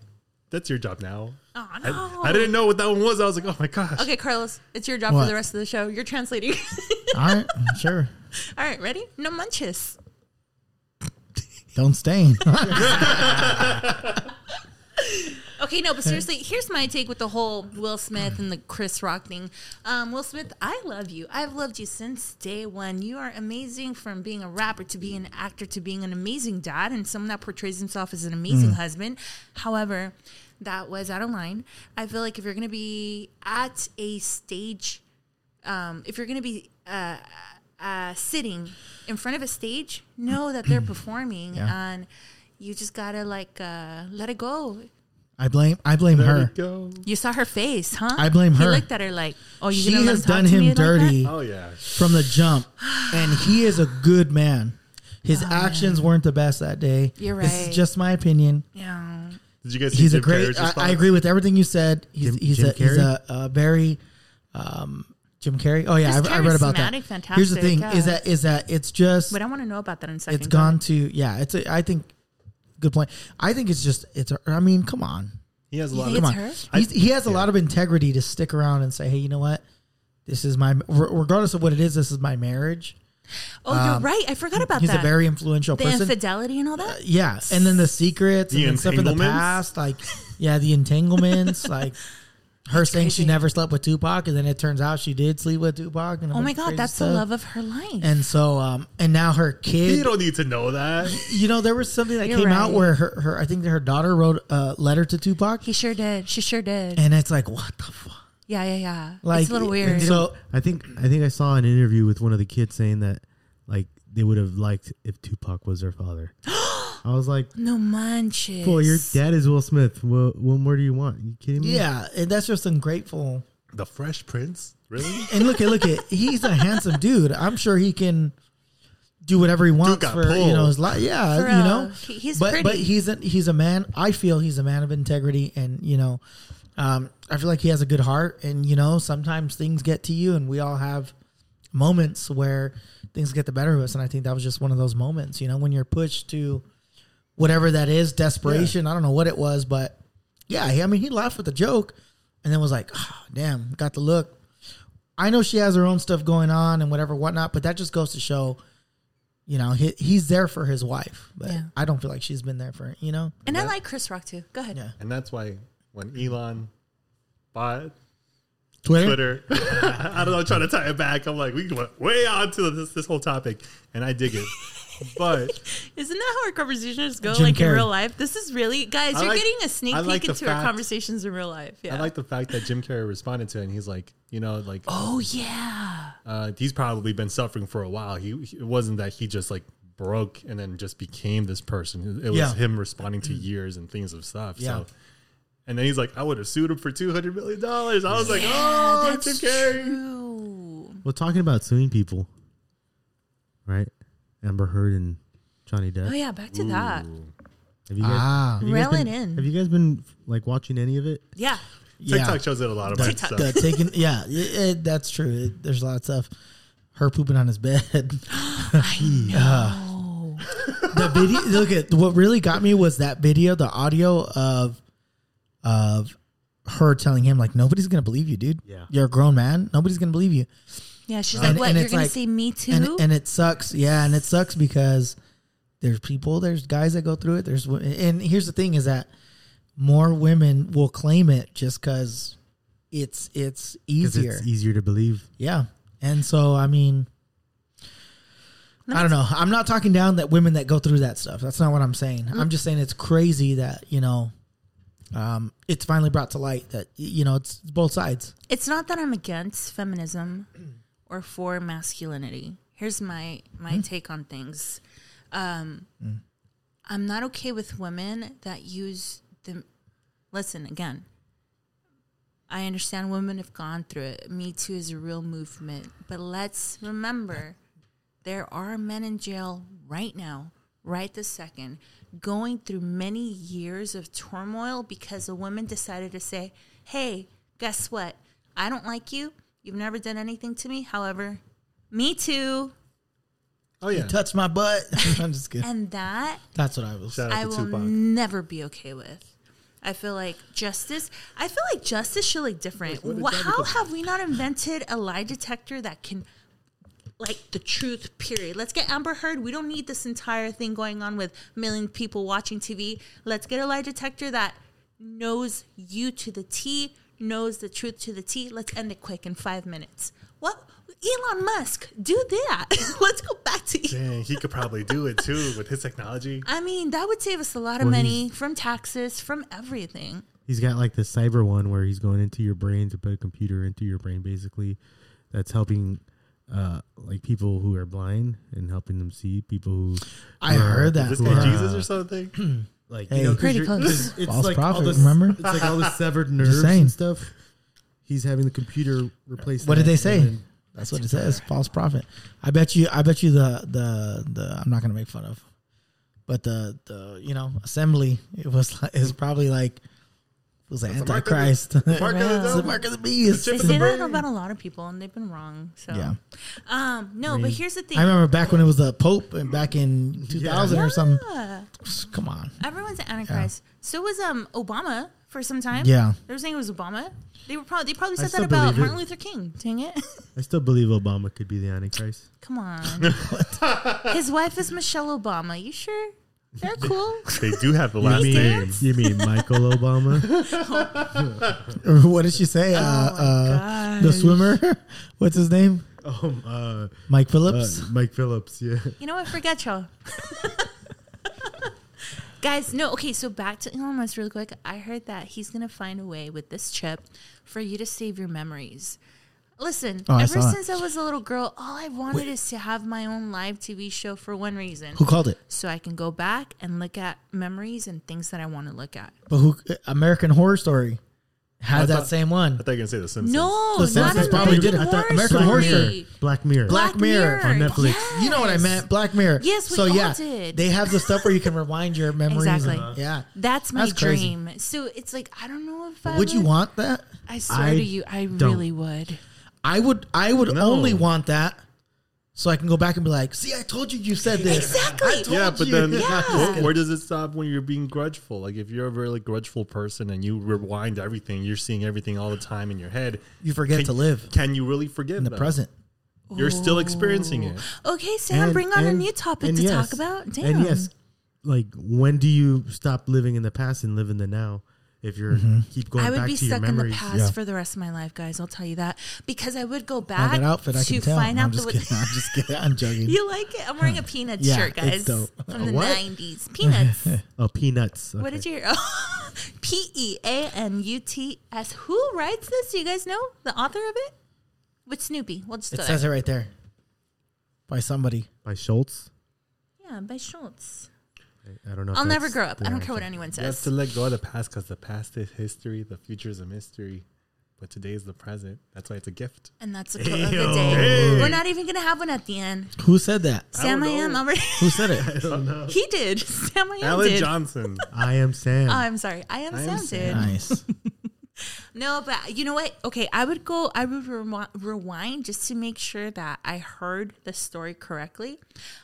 D: That's your job now.
B: Oh,
D: I,
B: no.
D: I didn't know what that one was. I was like, oh my gosh.
B: Okay, Carlos, it's your job
A: What?
B: for the rest of the show. You're translating.
A: All right, sure.
B: All right, ready? No manches.
A: Don't stain.
B: Okay, no, but seriously, here's my take with the whole Will Smith and the Chris Rock thing. Um, Will Smith, I love you. I've loved you since day one. You are amazing from being a rapper to being an actor to being an amazing dad and someone that portrays himself as an amazing husband. However, that was out of line. I feel like if you're going to be at a stage, um, if you're going to be uh, uh, sitting in front of a stage, know that they're performing
A: Yeah.
B: and you just got to like uh, let it go.
A: I blame I blame
D: There
A: her.
D: we go.
B: You saw her face, huh?
A: I blame
B: He
A: her.
B: looked at her like, "Oh, you
A: She
B: gonna let
A: has
B: him talk
A: done
B: to me
A: him
B: like that?"
A: dirty
D: Oh yeah.
A: from the jump, and he is a good man. His actions weren't the best that day.
B: Oh, You're
A: This
B: right.
A: is just my opinion.
B: Yeah.
D: Did you guys? See
A: He's a
D: Jim Carrey's
A: great. I, I
D: response?
A: agree with everything you said. He's
C: Jim-
A: he's,
C: Jim
A: a, he's
C: Carrey?
A: a, a very um, Jim Carrey. Oh yeah,
B: He's
A: I, I read about that.
B: charismatic,
A: Here's the
B: fantastic,
A: thing:
B: yeah.
A: is that is that it's just
B: But I want to know about that in a second.
A: it's
B: Go ahead.
A: gone to yeah. It's a, I think good point. I think it's just it's. a- I mean, come on,
D: He has a
B: You
D: lot.
B: think
D: Of,
A: come
B: it's
A: on.
B: her?
A: He's, he has a lot of integrity to stick around and say, hey, you know what? This is my re- regardless of what it is. This is my marriage.
B: Oh, you're right. I forgot about
A: um, He's
B: that.
A: a very influential
B: the
A: person. Uh,
B: infidelity and all that.
A: yeah, and then the secrets
D: The
A: and then stuff in the
D: entanglements?
A: past, like yeah, the entanglements, like her saying she
B: crazy.
A: never slept with Tupac, and then it turns out she did sleep with Tupac. And a
B: Oh
A: bunch
B: my
A: of
B: God,
A: crazy
B: that's the
A: stuff.
B: love of her life.
A: And so, um, and now her
D: you
A: kid.
D: don't need to know that.
A: You know, there was something that
B: You're
A: came out
B: right.
A: where her, her, I think that her daughter wrote a letter to Tupac,
B: he sure did. She sure did.
A: and it's like, what the fuck?
B: yeah, yeah, yeah.
A: Like,
B: it's a little
A: and
B: weird.
A: So
C: I think I think I saw an interview with one of the kids saying that like they would have liked if Tupac was their father. I was like,
B: no manches.
C: "Well, your dad is Will Smith. What, what more do you want? you kidding me?"
A: yeah, and that's just ungrateful.
D: The Fresh Prince, really?
A: And look at look at he's a handsome dude. I'm sure he can do whatever he wants
D: got
A: for you know
D: pulled.
A: his life. Yeah,
B: For
A: you know,
B: real. He- he's
A: but
B: pretty.
A: but he's a, he's a man. I feel he's a man of integrity, and you know, um, I feel like he has a good heart. And you know, sometimes things get to you, and we all have moments where things get the better of us. And I think that was just one of those moments. You know, when you're pushed to whatever that is, desperation. I don't know what it was, but yeah, he, I mean, he laughed at the joke, and then was like, oh, "Damn, got the look." I know she has her own stuff going on and whatever, whatnot, but that just goes to show, you know, he, he's there for his wife, but
B: Yeah.
A: I don't feel like she's been there for, you know?
B: and I like Chris Rock too. Go ahead.
A: Yeah.
D: and that's why when Elon bought
A: Twitter?
D: Twitter, I don't know, trying to tie it back. I'm like, we went way on to this this whole topic, and I dig it. But
B: Isn't that how our conversations go?
A: Jim
B: like in
A: Carrey.
B: real life, this is really guys.
D: I
B: you're
D: like-
B: getting a sneak
D: I
B: peek
D: like the
B: into our
D: fact-
B: conversations in real life. Yeah.
D: I like the fact that Jim Carrey responded to it, and he's like, you know, like
B: oh yeah.
D: uh, he's probably been suffering for a while. He, he- it wasn't that he just like broke and then just became this person. It was
A: Yeah.
D: him responding to years and things of stuff.
A: Yeah.
D: So, and then he's like, I would have sued him for two hundred million dollars. I was like,
B: Yeah,
D: oh, Jim
B: that's
D: Carrey.
B: true.
C: Well, talking about suing people, right? Amber Heard and Johnny Depp.
B: Oh yeah, back to that.
D: Ooh.
C: Have you guys,
A: Ah,
C: have you guys
B: Reel it
C: been-
B: in.
C: Have you guys been like watching any of it?
B: Yeah.
A: yeah.
D: TikTok shows it a lot of my
B: TikTok.
D: stuff.
A: The taking, yeah, it, it- that's true. It- there's a lot of stuff. Her pooping on his bed.
B: I
A: Ah.
B: know.
A: the video, look at what really got me was that video, the audio of, of her telling him, like, nobody's going to believe you, dude.
C: Yeah.
A: You're a grown man. Nobody's going to believe you.
B: Yeah, she's
A: Uh, And-
B: like, "What?
A: and
B: You're
A: it's
B: gonna
A: like-
B: say me too?"
A: and and it sucks. Yeah, and it sucks because there's people, there's guys that go through it. There's wo- and here's the thing is that more women will claim it just because it's it's
C: 'Cause
A: easier.
D: e-,
C: it's easier to believe.
A: yeah, and so I mean. I don't know. I'm not talking down that women that go through that stuff. That's not what I'm saying. I'm just saying it's crazy that you know, um, it's finally brought to light that y- you know it's both sides.
B: it's not that I'm against feminism or for masculinity. Here's my my
A: Hmm.
B: take on things. Um, I'm not okay with women that use the. Listen again. I understand women have gone through it. Me Too is a real movement, but let's remember there are men in jail right now, right this second, going through many years of turmoil because a woman decided to say, Hey, guess what? I don't like you. You've never done anything to me. However, me too.
D: Oh yeah,
A: Touch my butt. I'm just kidding.
B: And that
A: That's what I was.
D: Shout out
B: I
D: to
B: will
D: Tupac.
B: never be okay with. I feel like justice. I feel like justice should look different.
D: Wait, what
B: Wha-
D: did that
B: how
D: become?
B: have we not invented a lie detector that can, like, the truth? Period. Let's get Amber Heard. We don't need this entire thing going on with million people watching TV. Let's get a lie detector that knows you to the T, knows the truth to the T. Let's end it quick in five minutes. What? Elon Musk, do that. Let's go back to Elon.
D: Dang, he could probably do it too with his technology.
B: I mean, that would save us a lot of
C: Well,
B: money from taxes, from everything.
C: He's got like the cyber one where he's going into your brain to put a computer into your brain, basically. That's helping uh like people who are blind and helping them see people who.
A: I
C: who are-
A: heard that.
D: Is this
C: who
D: guy
C: are,
D: Jesus
C: uh,
D: or something?
C: Like
A: Hey.
C: you know, 'cause
B: Pretty
C: you're-
B: close.
C: 'cause It's
A: False
C: like all
A: prophet,
C: this,
A: remember?
C: It's like all the severed nerves
A: saying.
C: and stuff. He's having the computer replace.
A: What
C: that
A: did they
C: and
A: say?
C: then-
A: That's what it says. False prophet. I bet you. I bet you the the the. I'm not gonna make fun of, but the the you know assembly. It was like, it's probably like it was the
D: the mark of the-
A: antichrist.
D: the mark of the
A: It's the
D: devil.
A: mark of the beast.
D: The
B: They
D: chip
B: say
D: in the
B: that
D: brain.
B: about a lot of people, and they've been wrong. So,
A: Yeah.
B: um, no, but here's the thing.
A: I remember back when it was the Pope and back in 2000 or something.
B: Yeah.
A: Come on.
B: Everyone's an antichrist. So was um Obama for some time.
A: Yeah.
B: they were saying it was Obama. They were probably they probably
C: I
B: said that
C: still
B: about
C: believe it.
B: Martin Luther King. Dang it!
C: I still believe Obama could be the Antichrist.
B: Come on. His wife is Michelle Obama. You sure? They're cool.
D: They do have the last
B: mean-
D: name.
C: You mean Michael Obama?
A: what did she say? uh,
B: my
A: uh, the swimmer. What's his name?
C: Oh, uh,
A: Mike
C: uh,
A: Phillips.
C: Mike Phillips. Yeah.
B: You know what? Forget y'all. Guys, no, okay, so back to Elon Musk really quick. I heard that he's gonna find a way with this chip for you to save your memories. Listen,
A: Oh, I
B: ever
A: saw that.
B: since I was a little girl, all I wanted is to have my own live TV show for one reason.
A: who called it?
B: So I can go back and look at memories and things that I want to look at.
A: But who? American Horror Story had
D: I
A: that
D: thought-
A: same
D: I
A: one.
D: thought you were gonna say The Simpsons.
B: No,
A: The
B: not
A: Simpsons
B: American
A: probably did it.
B: Horror
A: I thought American Horror
B: Story.
A: Story.
C: Black Mirror.
A: Black Mirror.
C: On Netflix.
A: You know what I
B: Yes.
A: meant? Black Mirror.
B: Yes, we
A: so
B: all
A: yeah,
B: did.
A: they have the stuff where you can rewind your memories. and- Uh-huh.
B: Exactly.
A: yeah.
B: That's my
A: That's crazy.
B: dream. So it's like I don't know if I
A: Would you want that?
B: I swear
C: I
B: to you, I
C: don't.
B: really would.
A: I would. I would
D: No.
A: only want that, so I can go back and be like, "See, I told you. You said this."
B: Exactly.
D: Yeah, but then
B: Yeah.
D: where, where does it stop when you're being grudgeful? Like if you're a really grudgeful person and you rewind everything, you're seeing everything all the time in your head.
A: You forget
D: can-
A: to live
D: Can you really forgive
A: in the
D: them?
A: present.
D: You're still experiencing it.
B: Okay, Sam,
C: And-
B: bring on a
C: and-
B: new topic
C: and
B: to
C: yes.
B: talk about. Damn.
C: And yes, like when do you stop living in the past and live in the now? If you're keep
B: Mm-hmm.
C: going
B: I would
C: back
B: be
C: to your
B: stuck in the
C: memories,
B: past for the rest of my life, guys. I'll tell you that because I would go
A: Now,
B: back
A: that outfit, I
B: to
A: can tell.
B: find
A: No,
B: out
A: I'm just
B: the.
A: kidding. I'm just kidding. I'm joking.
B: you like it? I'm wearing a peanut
A: Yeah,
B: shirt,
A: it's
B: guys,
A: dope.
B: from the
C: What?
B: '90s. Peanuts.
C: oh peanuts.
B: What did you hear? P E A N U T S. Who writes this? Do you guys know the author of it? With Snoopy. We'll just
A: It
B: go
A: says
B: there.
A: it right there by somebody.
C: by Schultz?
B: Yeah, by Schultz.
C: I, I don't know. if
B: I'll never
C: that's
B: grow up.
C: the
B: I don't care what
C: actual-
B: anyone
D: You have
B: says.
D: to let go of the past because the past is history, the future is a mystery, but today is the present. That's why it's a gift.
B: And that's the quote of the day. We're not even gonna have one at the end.
A: Who said that?
B: Sam, I, am already.
A: Who said it?
B: he did. Sam, I am
D: Alan
B: did.
D: Johnson.
C: I am Sam.
B: Oh, I'm sorry. I am
D: I am
B: Sam, did.
D: Sam.
A: nice.
B: No, but you know what? Okay, I would go. I would rewi- rewind just to make sure that I heard the story correctly.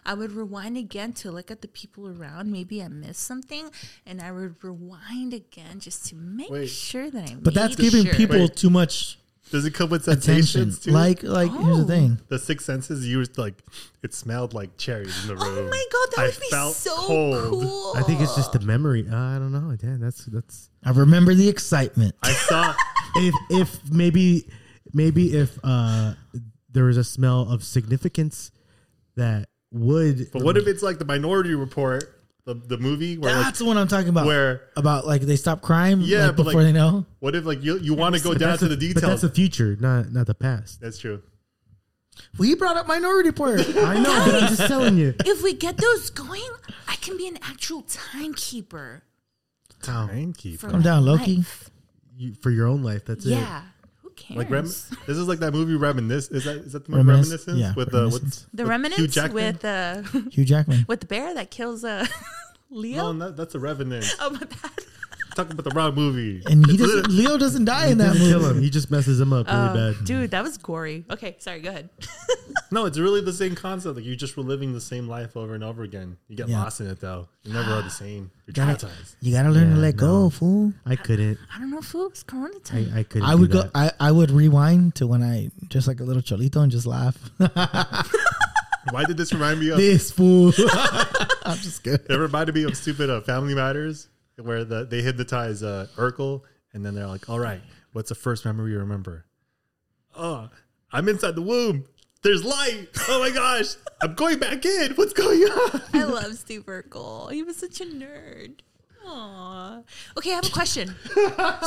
B: I would rewind again to look at the people around. Maybe I missed something, and I would rewind again just to make
D: Wait.
B: sure that I.
A: But that's
B: made
A: giving
B: sure.
A: people
D: Wait.
A: too much
D: Does it come with
A: attention.
D: sensations too?
A: Like, like here's the
B: Oh.
A: thing.
D: the six senses, you were like, it smelled like cherries in the
B: Oh
D: room.
B: my god, that
D: I
B: would be
D: felt
B: so
D: cold.
B: cool.
C: I think it's just
B: Oh.
C: the memory. Uh, I don't know. Damn, that's that's
A: I remember the excitement.
D: I saw.
C: if if maybe maybe if uh there was a smell of significance that would
D: But what if it's like the Minority Report, the, the movie where
B: Ah.
D: like,
A: That's the one I'm talking about.
D: where
A: about like they stop crime
D: Yeah,
A: like,
D: but,
A: before
D: like-
A: they know.
D: What if like you you want to go
C: But
D: down
C: that's
D: to
C: a-
D: the
C: But
D: details?
C: that's the future, not not the past.
D: That's true.
A: We brought up Minority Report.
C: I know, but I'm just telling you.
B: If we get those going, I can be an actual timekeeper.
D: Timekeeper.
B: for
A: Calm
B: my
A: down, Loki.
B: life.
C: You, for your own life, that's it.
B: Yeah. Who cares?
D: Like rem- this is like that movie Reminisce. Is that is that the movie
A: Reminisce-
D: Reminiscence?
A: yeah,
D: with uh, the with,
A: Reminiscence.
B: the
D: with Hugh
B: remnants
D: Jackman?
B: with uh,
A: Hugh Jackman.
B: with the bear that kills uh, Leo.
D: No, no, that's a Revenant.
B: Oh my bad.
D: Talking about the wrong movie.
A: And he doesn't. Leo doesn't die in that
C: Doesn't
A: movie.
C: kill him. He just messes him up really
B: Oh,
C: bad.
B: dude, that was gory. Okay, sorry. Go ahead.
D: No, it's really the same concept. Like you're just reliving the same life over and over again. You get
A: Yeah.
D: lost in it though. You never are the same. You're
A: Got it.
D: traumatized.
A: You gotta learn to
C: Yeah,
A: let
C: no.
A: go, fool.
C: I couldn't.
B: I don't know, fool. It's Corona time.
C: I, I couldn't.
A: I
C: do
A: would go.
C: that.
A: I, I would rewind to when I just like a little cholito and just laugh.
D: Why did this remind me of?
A: this fool.
C: Uh-huh.
A: I'm just kidding.
D: It reminded me of stupid uh, Family Matters, where the, they hypnotize uh, Urkel, and then they're like, "All right, what's the first memory you remember?" Oh, I'm inside the womb. There's light. Oh my gosh, I'm going back in. What's going on?
B: I, love Steve Urkel. He was such a nerd. Aww. Okay, I have a question.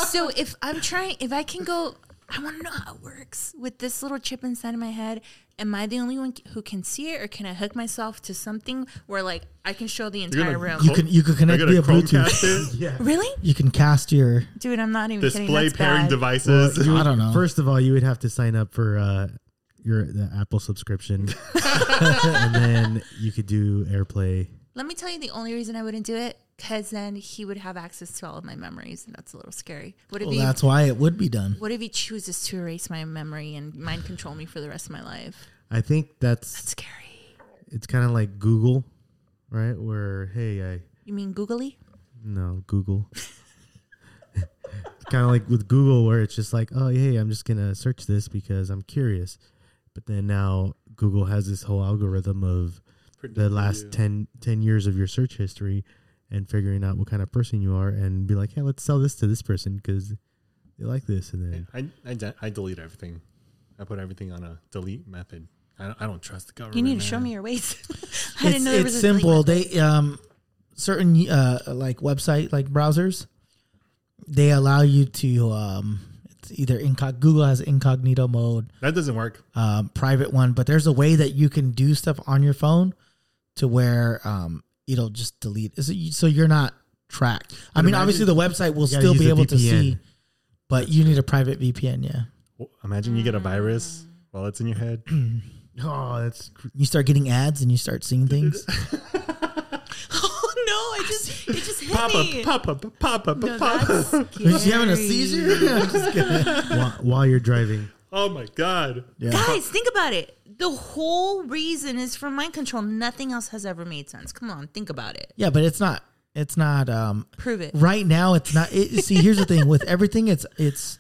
B: so if I'm trying, if I can go, I want to know how it works with this little chip inside of my head. Am I the only one who can see it, or can I hook myself to something where like I can show the
D: You're
B: entire
D: gonna-
B: room?
A: You can you can connect
D: They're gonna
A: via Bluetooth.
D: Chromecast it.
C: Yeah.
B: really,
A: You can cast your
B: dude? I'm not even kidding.
D: Display
B: That's
D: pairing
B: bad.
D: devices.
A: you- I don't know.
C: First of all, you would have to sign up for uh, your the Apple subscription, and then you could do AirPlay.
B: Let me tell you the only reason I wouldn't do it because then he would have access to all of my memories, and that's a little scary. What if
A: well,
B: he
A: that's why it would be done.
B: What if he chooses to erase my memory and mind control me for the rest of my life?
C: I think that's
B: That's scary.
C: it's kind of like Google, right? Where hey, I
B: You mean googly?
C: no Google. kind of like with Google, where it's just like, oh, hey, I'm just gonna search this because I'm curious. But then now Google has this whole algorithm of the last 10, 10 years of your search history and figuring out what kind of person you are and be like, hey, let's sell this to this person because they like this. And then
D: I, I, de- I delete everything. I put everything on a delete method. I don't, I don't trust the government.
B: You need to show
D: man.
B: me your ways. I
A: It's,
B: didn't know there
A: it's
B: was a
A: simple.
B: like-
A: They um certain uh like website like browsers they allow you to um it's either incog Google has incognito mode
D: That doesn't work.
A: um, private one, but there's a way that you can do stuff on your phone to where um, it'll just delete. Is it, so you're not tracked. I
D: But
A: mean,
D: imagine-
A: obviously the website will
C: You gotta
A: still
C: use
A: be
C: a
A: able to
C: VPN.
A: see, but you need a private VPN. Yeah,
D: W- Imagine you get a
B: Mm.
D: virus while it's in your head.
C: oh, that's cr-
A: you start getting ads and you start seeing things.
B: Oh no! I just it just hit
D: Pop up,
B: me.
D: pop up, pop up,
B: No,
D: pop up.
B: that's scary.
A: Is she having a seizure? I'm just kidding.
C: while, while you're driving.
D: Oh my god.
A: Yeah.
B: Guys, think about it. The whole reason is for mind control. Nothing else has ever made sense. Come on, think about it.
A: yeah, but it's not. It's not. Um,
B: Prove it.
A: right now, it's not. It, see, here's the thing with everything. It's it's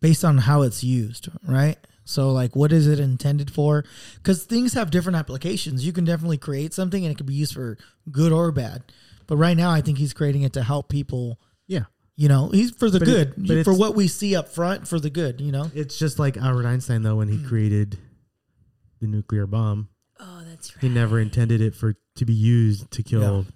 A: based on how it's used, right? So like what is it intended for? Cuz things have different applications. You can definitely create something and it can be used for good or bad. But right now I think he's creating it to help people,
C: Yeah.
A: you know, he's for the
C: But
A: good.
C: it- but
A: for
C: it's-
A: what we see up front for the good, you know.
C: It's just like Albert Einstein, though, when he created the nuclear bomb,
B: Oh, that's
C: he
B: right.
C: never intended it for to be used to kill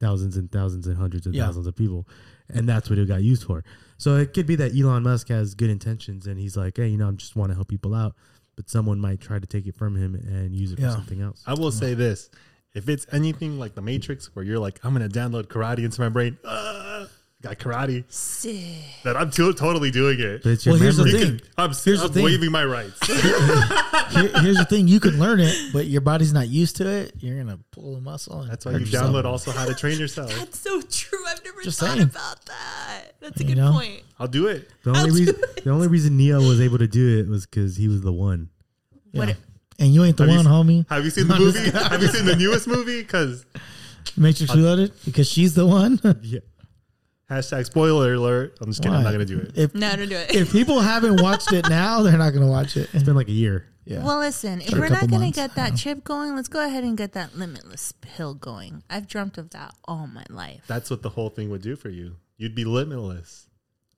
C: thousands and thousands and hundreds of
A: Yeah.
C: thousands of people. And that's what it got used for. So it could be that Elon Musk has good intentions and he's like, hey, you know, I just want to help people out. But someone might try to take it from him and use it
A: Yeah.
C: for something else.
D: I will say this. If it's anything like the Matrix where you're like, I'm gonna download karate into my brain. Uh, got karate.
B: Sick.
D: That I'm to- totally doing it.
C: But it's your
A: Well, here's the
C: memory.
A: thing.
D: I'm,
A: Here's the
D: I'm
A: thing.
D: waiving my rights.
A: Here- here's the thing, you can learn it, but your body's not used to it. You're going to pull a muscle. And
D: That's why
A: hurt
D: you
A: yourself.
D: download also how to train yourself.
B: That's so true. I've never
A: Just
B: thought
A: saying.
B: about that. That's a
A: You
B: good
A: know?
B: point.
D: I'll do it.
C: The only
B: I'll do
C: reason the only reason Neo was able to do it was because he was the one.
A: Yeah.
B: What if-
A: and you ain't the
D: Have you
A: one,
D: s-
A: homie.
D: Have you seen the movie? Have you seen the newest movie? Because
A: Matrix Reloaded because she's the one.
C: Yeah.
D: hashtag spoiler alert. I'm just kidding. I'm not gonna do it.
A: If
B: No, don't do it.
A: if people haven't watched it now, they're not going to watch it.
C: It's been like a year.
A: Yeah.
B: Well, listen, if
A: Sure, a
B: we're not
A: couple
B: going to
A: months. Oh.
B: get that chip going, let's go ahead and get that limitless pill going. I've dreamt of that all my life.
D: That's what the whole thing would do for you. You'd be limitless.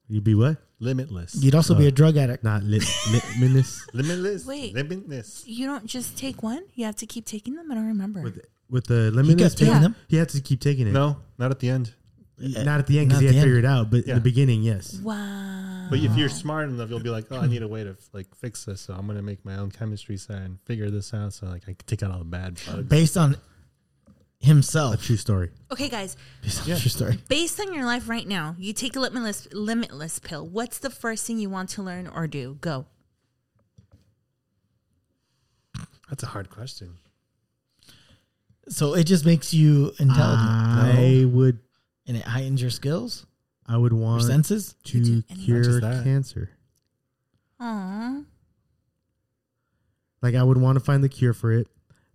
C: You'd be what?
D: Limitless.
A: You'd also be a drug addict.
C: Not lit, lit menace
D: Limitless.
B: Wait.
D: Limitless.
B: you don't just take one, you have to keep taking them. I don't remember.
C: with with the limitless.
A: kept taking
C: pill,
A: them?
C: He had to keep taking it.
D: No, not at the end.
C: not at the end
A: Not
C: because he
A: at
C: had
A: the end.
C: figured it out. But in
D: Yeah.
C: the beginning, yes.
B: wow.
D: But if you're
C: Uh-huh.
D: smart enough, you'll be like, "Oh, I need a way to like fix this, so I'm gonna make my own chemistry set and figure this out, so like I can take out all the bad bugs."
A: Based on
C: A
A: himself.
C: true story.
B: Okay, guys,
A: Based on true story.
B: based on your life right now, you take a limitless limitless pill. What's the first thing you want to learn or do? Go.
D: That's a hard question.
A: So it just makes you intelligent.
C: I
A: Ah, no?
C: would.
A: And it heightens your skills,
C: I would
A: your
C: want
A: senses.
C: to
B: Not just
C: cure
D: that.
C: cancer.
B: Aww.
C: Like I would want to find the cure for it.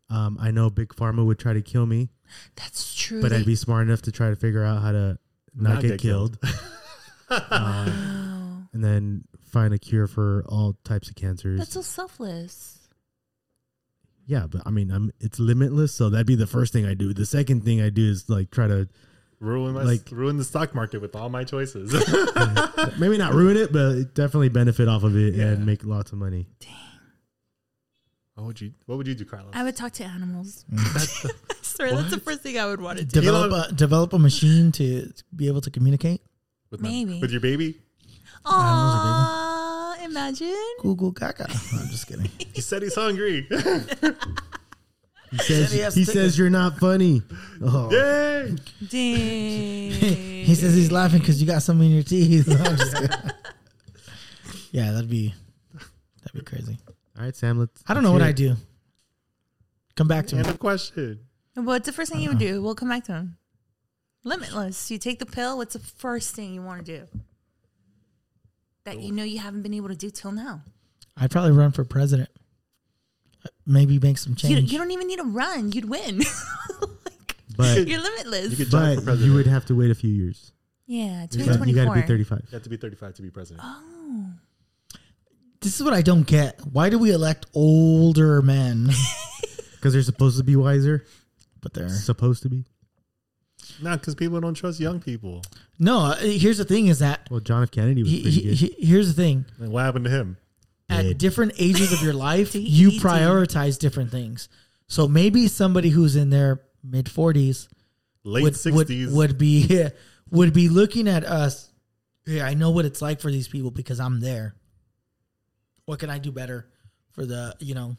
C: Um, I know big pharma would try to kill me,
B: That's true.
C: but
B: They-
C: I'd be smart enough to try to figure out how to not, get, killed, Um,
B: Wow.
C: and then find a cure for all types of cancers.
B: That's so selfless.
C: yeah, but I mean, I'm it's limitless, so that'd be the first thing I do. The second thing I do is like try to
D: Ruin my
C: Like-
D: ruin the stock market with all my choices.
C: maybe not ruin it, but definitely benefit off of it
D: Yeah.
C: and make lots of money.
D: what would you What would you do, Carlos?
C: Uh,
B: I would talk to animals. Sorry, that's the first thing I would want to do.
A: Develop a, develop a machine to be able to communicate.
D: with my-
B: Maybe.
D: with your baby.
B: Aww, imagine?
A: Google Gaga. No, I'm just kidding.
D: He said he's hungry.
C: He says
A: he has
C: he
A: to-
C: says you're not funny. Oh,
D: Yay!
B: Dang.
A: he says he's laughing because you got something in your teeth. No, I'm just kidding. yeah, that'd be that'd be crazy.
C: All right, Sam. Let's.
A: I don't know what I do. Come back to me.
D: And the question.
B: What's the first thing you would
C: Uh-huh.
B: do? We'll come back to him. Limitless. You take the pill. What's the first thing you want to do? That you know you haven't been able to do till now.
A: I'd probably run for president. Maybe make some
B: You,
A: change.
B: you don't even need to run. You'd win. Like,
C: But
B: you're limitless.
D: You could job for
C: but
D: president.
C: you would have to wait a few years.
B: yeah,
C: You got- You got
B: 2024.
C: to be 35.
D: You have to be 35 to be president.
C: Uh,
B: Oh.
A: this is what I don't get. Why do we elect older men?
C: Because they're supposed to be wiser.
A: but they're
C: Supposed to be.
D: No, because people don't trust young people.
A: no. uh, Here's the thing: is that
C: Well, John F. Kennedy was
A: he,
C: pretty
A: he,
C: good.
A: he- here's the thing.
D: And what happened to him?
A: At
C: Dead.
A: different ages of your life,
B: Dee
A: you
B: dee.
A: prioritize different things. So maybe somebody who's in their mid forties
D: Late
A: would,
D: 60s.
A: would would be would be looking at us. Yeah, I know what it's like for these people because I'm there. What can I do better for the you know?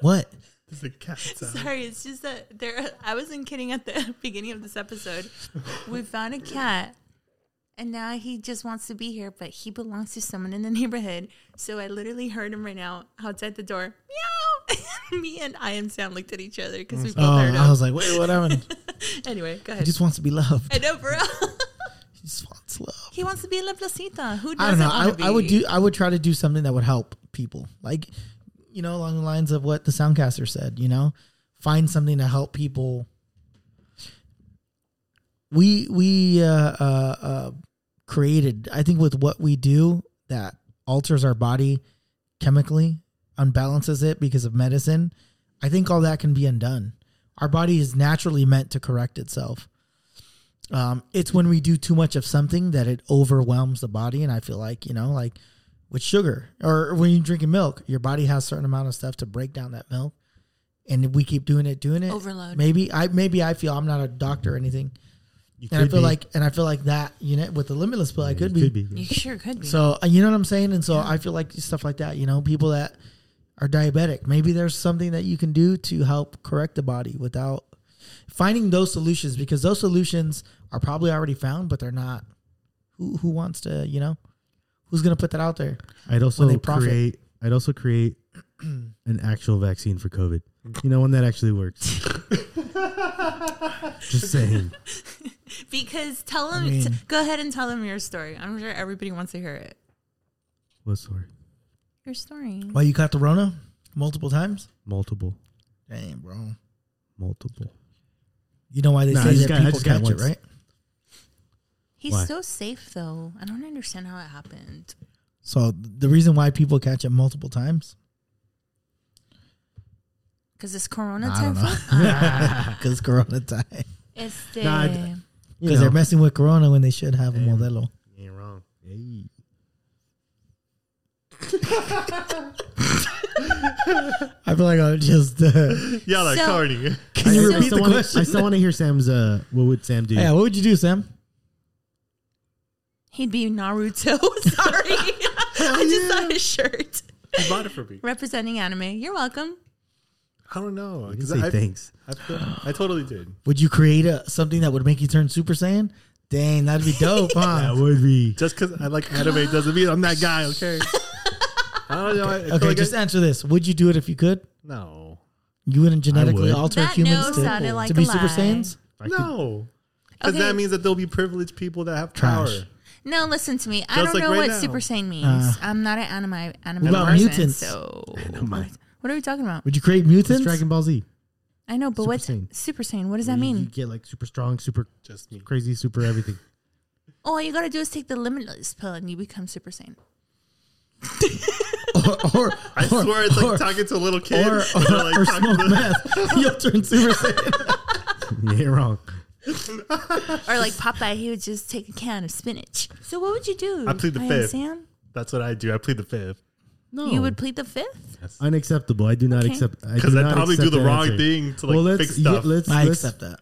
A: What?
D: It's a cat's eye.
B: Sorry, it's just that there. I wasn't kidding at the beginning of this episode. We found a cat, and now he just wants to be here, but he belongs to someone in the neighborhood. So I literally heard him right now outside the door. Meow. Me and I and Sam looked at each other because we both
A: Oh,
B: heard
A: I
B: him.
A: was like, wait, what happened?
B: Anyway,
A: He
B: go ahead.
A: just wants to be loved.
B: I know, bro.
A: He just wants love.
B: he wants to be La Placita. Who
A: I don't
B: doesn't
A: know.
B: want to be?
A: I, I would do. I would try to do something that would help people, like you know, along the lines of what the soundcaster said. You know, find something to help people. We we uh, uh, uh, created. I think with what we do that alters our body chemically, unbalances it because of medicine. I think all that can be undone. Our body is naturally meant to correct itself. Um, it's when we do too much of something that it overwhelms the body, and I feel like you know, like with sugar or when you're drinking milk, your body has certain amount of stuff to break down that milk, and if we keep doing it, doing it,
B: Overload.
A: Maybe I maybe I feel I'm not a doctor or anything,
C: You
A: and I
C: could
A: feel
C: be.
A: like and I feel like that you know with the limitless pill I
C: You
A: could be.
C: could be.
B: You sure could be.
A: So uh, you know what I'm saying, and so I feel like stuff like that. You know, people that are diabetic, maybe there's something that you can do to help correct the body without finding those solutions because those solutions are probably already found, but they're not. Who who wants to you know? Who's gonna put that out there?
C: I'd
A: they
C: also
A: profit.
C: create. I'd also create an actual vaccine for COVID. You know, one that actually works. Just saying.
B: because tell him.
A: mean-
B: t- go ahead and tell him your story. I'm sure everybody wants to hear it.
C: What story?
B: Your story.
A: Why you caught the Rona multiple times?
C: Multiple,
A: Damn, bro.
C: multiple.
A: You know why they
C: Nah, I
A: say that
C: just got- I
A: people
C: just got
A: catch it,
C: once.
A: right?
B: He's
C: Why?
B: so safe though. I don't understand how it happened.
A: So the reason why people catch it multiple times
B: Cause it's Corona
A: I don't
B: time.
A: know.
B: flu? Uh,
A: because Corona time
B: it's the
C: Nah, I-
A: because they're messing with Corona when they should have a Modelo.
C: Ain't wrong. Hey.
A: I feel like I'm just. Uh,
D: Y'all are
B: So-
D: corny.
A: can
C: I-
A: you
C: I
A: repeat
C: still
A: the
C: wanna-
A: question?
C: I still want to hear Sam's. Uh, what would Sam do?
A: yeah, what would you do, Sam?
B: he'd be Naruto. Sorry, I just saw his shirt
D: He bought it for me.
B: representing anime. You're welcome.
D: I don't know.
C: You can
D: 'cause
C: say
D: I-
C: thanks.
D: I, feel- I totally did.
A: Would you create a, something that would make you turn Super Saiyan? Dang, that'd be dope, huh?
C: That would be.
D: Just because I like anime doesn't mean I'm that guy, okay? I don't know. I, I feel
A: okay,
D: like
A: just
D: I,
A: answer this. Would you do it if you could?
D: no.
A: You wouldn't genetically
C: would.
A: alter
B: That
A: humans
B: no
A: to,
B: sounded like
A: to be
B: a
A: Super
B: lie.
A: Saiyans?
C: I could-
D: No. Because
B: Okay.
D: that means that there'll be privileged people that have power.
A: Trash.
B: No, listen to me. I
D: Just
B: don't
D: like
B: know
D: right
B: what
D: now.
B: Super Saiyan means. I'm not an anime anime
A: What about
B: person.
A: mutants?
B: So what are we talking about?
A: Would you create
C: It's
A: mutants?
C: Dragon Ball Z.
B: I know, but
C: Super
B: what's
C: Saiyan.
B: Super Saiyan? What does
C: Where
B: that
C: you- You
B: mean?
C: get like super strong, super
D: Just me.
C: crazy, super everything.
B: All you gotta do is take the limitless pill and you become Super Saiyan.
A: or, or,
D: I
A: or-
D: swear it's like
A: or,
D: talking to a little kid.
A: or, or,
D: and they're like
A: or
D: talking
A: smoke
D: to-
A: meth. You'll turn Super Saiyan.
C: you ain't wrong.
B: Or like Popeye, he would just take a can of spinach. So what would you do?
D: I plead the
B: am
D: fifth.
B: Sam,
D: That's what I do. I plead the fifth.
C: No,
B: you would plead the fifth.
C: unacceptable. I do not
B: Okay.
C: accept.
D: Because
C: Because
D: I probably do the wrong thing to like
C: well, let's,
D: fix stuff.
C: Yeah, let's,
A: I
C: let's-
A: accept that.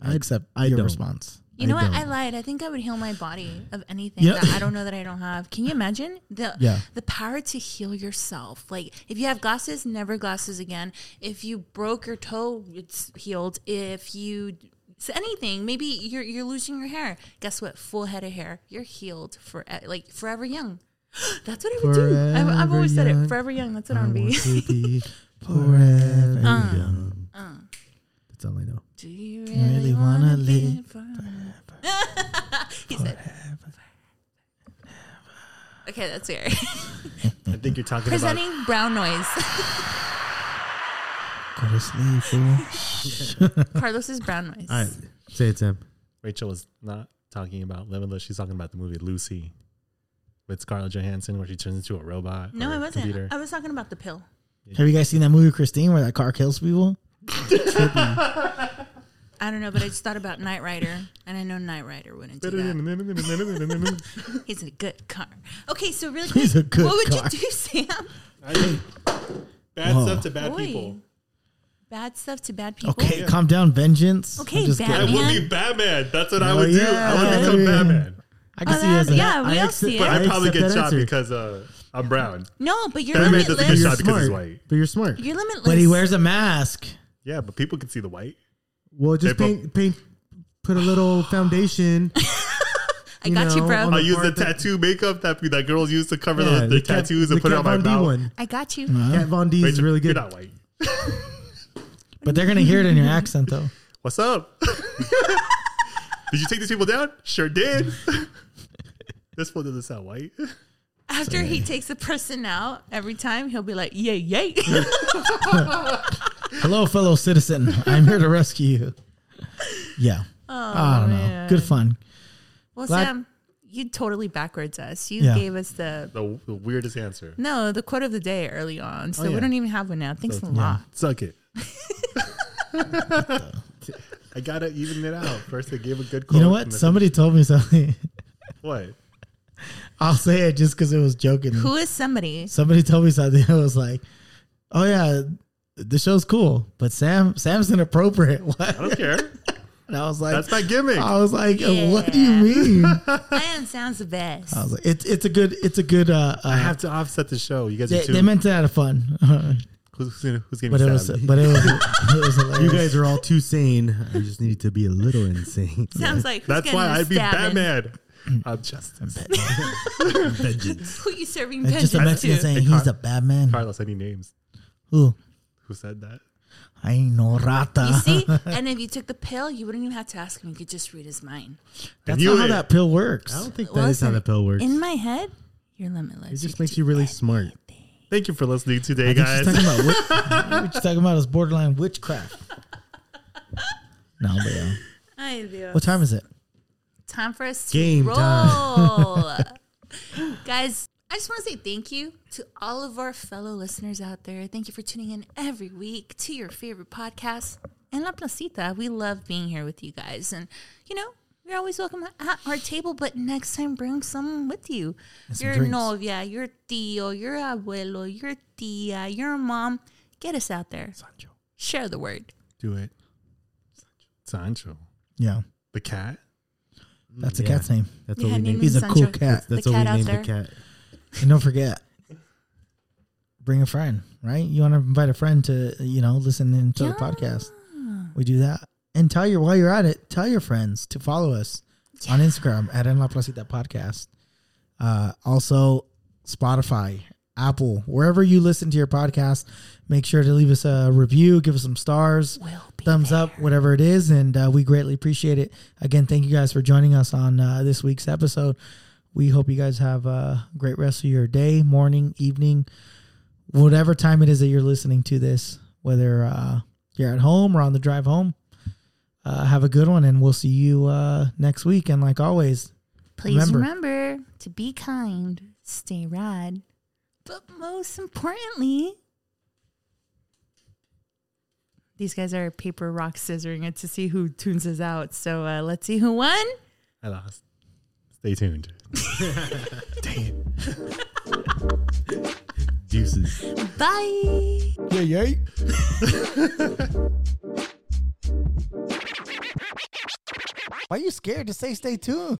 A: I accept
C: I
A: your
C: don't.
A: response.
B: You
C: I
B: know what?
C: don't.
B: I lied. I think I would heal my body of anything
A: Yeah.
B: that I don't know that I don't have. Can you imagine the
A: Yeah.
B: the power to heal yourself? Like if you have glasses, never glasses again. If you broke your toe, it's healed. If you it's anything, maybe you're you're losing your hair. Guess what? Full head of hair, you're healed for eh, like forever young. That's what I would do. I've, I've
C: Forever
B: always said
C: young.
B: it. Forever young. That's what I'm be.
C: want to be
A: Forever
B: Um, Uh.
C: young. That's all I know.
B: Do you really,
A: really
B: wanna,
A: wanna
B: live?
A: live
B: forever? he said. Okay, that's weird.
D: I think you're talking about
B: Presenting brown noise.
A: Go to sleep, fool.
B: Carlos's brown noise.
C: All right, say it, Sam.
D: Rachel is not talking about Limitless. She's talking about the movie Lucy with Scarlett Johansson, where she turns into a robot.
B: No,
D: or
B: I
D: a
B: wasn't.
D: uh, Computer.
B: I was talking about the pill.
A: Have you guys seen that movie Christine where that car kills people?
B: I don't know, but I just thought about Knight Rider, and I know Knight Rider wouldn't do that.
D: I
B: He's in a good car. Okay, so really quick,
A: He's a good
B: what
A: car.
B: would you do, Sam?
D: think bad
A: Whoa.
D: stuff to bad
B: Boy.
D: people.
B: Bad stuff to bad people.
A: Okay, calm down, vengeance.
B: Okay,
A: I'm just
B: bad-
A: kidding.
D: I would be
B: Man.
D: Batman. That's what I
A: Oh,
D: would do.
A: yeah.
D: I would
A: Yeah.
D: become
A: Yeah.
D: Batman.
A: I can
B: Oh,
A: see it as
B: that-
A: that.
B: yeah, we
A: I
B: all
A: accept-
B: see it.
D: But
B: I
D: I probably
C: accept
D: get
C: that
D: shot
C: answer.
D: because uh, I'm brown.
B: No, but you're
D: Batman doesn't get
B: limitless.
D: shot
C: You're
D: because he's
C: smart,
D: white.
C: but you're smart.
B: You're limitless.
A: But he wears a mask.
D: Yeah, but people can see the white.
C: Well, just
D: They
C: paint, paint, put a little foundation.
B: I got you,
C: know,
B: bro.
C: on
D: I use the
C: part that-
D: tattoo makeup that that girls use to cover the,
C: Yeah,
D: the
C: the Kat-
D: tattoos
C: the
D: and put it
C: Kat
D: on my
C: Von D
D: mouth.
C: One.
B: I got you.
C: Kat Von D is
D: Rachel,
C: really good.
D: You're not white.
A: But they're gonna hear it in your accent though.
D: What's up? did you take these people down? Sure did. this one doesn't sound white.
B: After he takes a person out, every time he'll be like, "Yay, yay!"
A: Hello, fellow citizen. I'm here to rescue you. Yeah. I don't
B: Oh, man.
A: know. Good fun.
B: well,
A: Glad-
B: Sam, you totally backwards us. You
A: Yeah.
B: gave us the
D: The, the weirdest answer.
B: no, the quote of the day early on,
C: Oh,
B: so
D: yeah.
B: we don't even have one now. Thanks a lot.
D: Suck it. I gotta even it out. First, they gave a good quote.
A: You know
D: and
A: what?
D: then-
A: Somebody told me something.
D: What?
A: I'll say it just because it was joking.
B: Who is somebody?
A: Somebody told me something. I was like, "Oh yeah, the show's cool, but Sam Sam's inappropriate." What?
D: I don't care.
A: And I was like,
D: That's my gimmick.
A: I was like, "What do you mean?" I
B: Man sounds the best.
C: Oh,
A: was like, "It's it's a good it's a good uh,
D: I
A: uh
D: have to offset the show. You guys
A: they,
D: are too.
A: they meant it out of fun,
D: who's, who's, who's getting
A: but it was
D: stabbed?
A: but it was it was
C: You
A: hilarious.
C: guys are all too sane. I just need to be a little insane.
B: Sounds like who's
D: That's
B: getting
D: why
B: a
D: I'd be
B: stabbing?
D: Batman. I'm just
C: Vengeance.
B: Who you serving
A: It's just a
B: vengeance
A: Mexican
B: to?
A: saying
D: Hey, Car-
A: he's a bad man.
D: Carlos. Any names?
A: Ooh,
D: Who said that?
A: I ain't no
B: You
A: rata.
B: see, and if you took the pill, you wouldn't even have to ask him. You could just read his mind.
A: That's
D: knew
A: not how
D: it.
A: that pill works.
C: I don't think that is
B: Listen,
C: how the pill works.
B: In my head, you're
C: It
B: limitless.
C: just
B: could
C: makes
B: do
C: you really
B: anything.
C: smart.
D: Thank you for listening today,
A: I think she's
D: guys.
A: talking about witch- I think what she's talking about is borderline witchcraft. No, but yeah.
B: I do.
A: What time is it?
B: time for us to
C: Game
B: roll. Guys, I just want to say thank you to all of our fellow listeners out there. Thank you for tuning in every week to your favorite podcast. And La Placita, we love being here with you guys. And, you know, you're always welcome at our table, but next time bring someone with you.
A: some
B: Your
A: drinks.
B: novia, your tío, your abuelo, your tía, your mom. Get us out there.
A: Sancho.
B: Share the word.
D: Do it. Sancho.
A: Yeah,
D: The cat?
A: that's a
C: Yeah.
A: cat's name.
C: That's
B: Yeah,
C: what
B: name
C: we named.
B: it
A: He's a
B: Sancho.
A: cool cat.
C: That's
B: The
C: what we
B: cat out
C: named the
B: there.
C: cat.
A: And don't forget, bring a friend, right? You want to invite a friend to, you know, listen in to the podcast. We do that. And tell your, while you're at it, tell your friends to follow us on Instagram at En La Placita Podcast. Uh, also, Spotify, Apple, wherever you listen to your podcast, make sure to leave us a review, give us some stars,
B: We'll be
A: thumbs
B: there.
A: up, whatever it is. And uh, we greatly appreciate it. Again, thank you guys for joining us on uh, this week's episode. We hope you guys have a great rest of your day, morning, evening, whatever time it is that you're listening to this, whether uh, you're at home or on the drive home. Uh, have a good one, and we'll see you uh, next week. And like always,
B: Please
A: Remember.
B: remember. to be kind, stay rad, but most importantly, these guys are paper, rock, scissoring it to see who tunes us out. So uh, let's see who won.
D: I lost. Stay tuned.
C: Deuces.
B: Bye.
A: yay, yay. Why are you scared to say stay tuned?